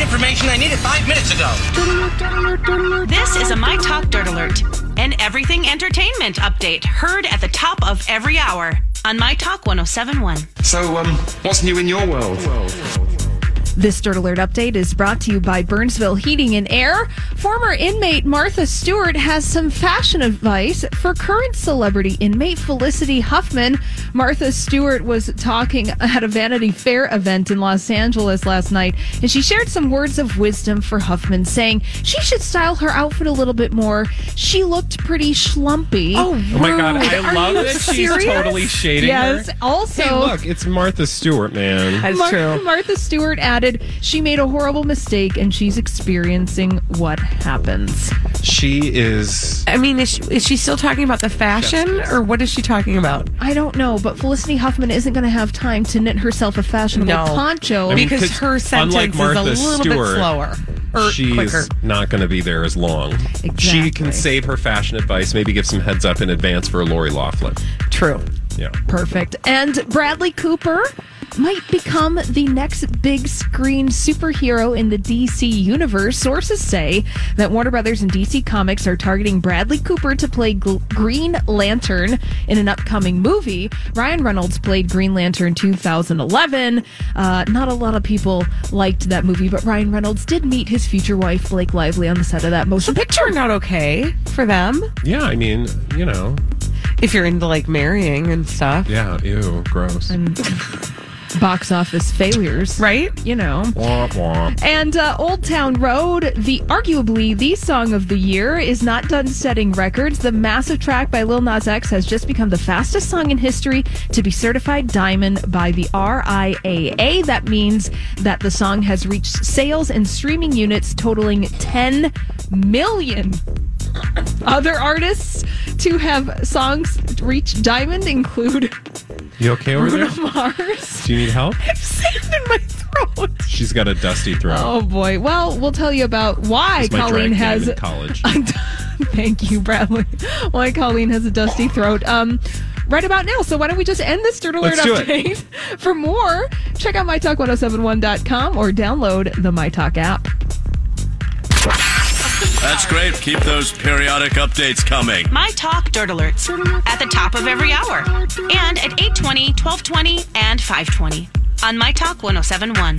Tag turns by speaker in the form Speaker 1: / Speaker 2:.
Speaker 1: information I needed five minutes ago.
Speaker 2: This is a My Talk Dirt Alert, an everything entertainment update heard at the top of every hour on My Talk 1071.
Speaker 3: So, um, what's new in your world?
Speaker 4: This Dirt Alert update is brought to you by Burnsville Heating and Air. Former inmate Martha Stewart has some fashion advice for current celebrity inmate Felicity Huffman. Martha Stewart was talking at a Vanity Fair event in Los Angeles last night, and she shared some words of wisdom for Huffman, saying she should style her outfit a little bit more. She looked pretty schlumpy.
Speaker 5: Oh my god, I
Speaker 4: Are
Speaker 5: love
Speaker 4: you
Speaker 5: that
Speaker 4: serious?
Speaker 5: she's totally shading
Speaker 4: Yes.
Speaker 5: her.
Speaker 4: Also,
Speaker 5: Hey, look, it's Martha Stewart, man.
Speaker 6: That's
Speaker 4: Mar-
Speaker 6: true.
Speaker 4: Martha Stewart added, she made a horrible mistake and she's experiencing what happens.
Speaker 5: She is.
Speaker 6: I mean, is she, is she still talking about the fashion or what is she talking about?
Speaker 4: I don't know, but Felicity Huffman isn't going to have time to knit herself a fashionable
Speaker 6: No.
Speaker 4: poncho.
Speaker 5: I mean,
Speaker 6: Because
Speaker 5: 'cause
Speaker 6: her
Speaker 5: unlike
Speaker 6: sentence is a
Speaker 5: Martha
Speaker 6: little bit
Speaker 5: Stewart,
Speaker 6: slower or
Speaker 5: She's
Speaker 6: quicker.
Speaker 5: not going to be there as long. She
Speaker 4: Exactly.
Speaker 5: can save her fashion advice, maybe give some heads up in advance for Lori Laughlin.
Speaker 6: True.
Speaker 5: Yeah.
Speaker 4: Perfect. And Bradley Cooper might become the next big screen superhero in the DC universe. Sources say that Warner Brothers and DC Comics are targeting Bradley Cooper to play Gl- Green Lantern in an upcoming movie. Ryan Reynolds played Green Lantern 2011. Uh, not a lot of people liked that movie, but Ryan Reynolds did meet his future wife, Blake Lively, on the set of that motion
Speaker 6: It
Speaker 4: picture.
Speaker 6: turned out okay for them
Speaker 5: Yeah, I mean, you know.
Speaker 6: if you're into like marrying and stuff,
Speaker 5: Yeah, ew, gross.
Speaker 4: Box office failures.
Speaker 6: right?
Speaker 4: You know.
Speaker 5: Womp womp.
Speaker 4: And uh, Old Town Road, the arguably the song of the year, is not done setting records. The massive track by Lil Nas X has just become the fastest song in history to be certified diamond by the RIAA. That means that the song has reached sales and streaming units totaling 10 million. Other artists to have songs reach diamond include
Speaker 5: You okay over there?
Speaker 4: Mars.
Speaker 5: Do you need help?
Speaker 4: Sand in my throat.
Speaker 5: She's got a dusty throat.
Speaker 4: Oh boy. Well, we'll tell you about why
Speaker 5: It's my
Speaker 4: Colleen
Speaker 5: drag
Speaker 4: has.
Speaker 5: diamond college.
Speaker 4: Thank you, Bradley. Why Colleen has a dusty throat. Um, right about now. So why don't we just end this dirt alert
Speaker 5: Let's do it.
Speaker 4: update? For more, check out mytalk1071.com or download the MyTalk app.
Speaker 7: That's great. Keep those periodic updates coming.
Speaker 2: My Talk Dirt Alerts at the top of every hour and at 820, 1220, and 520 on My Talk 1071.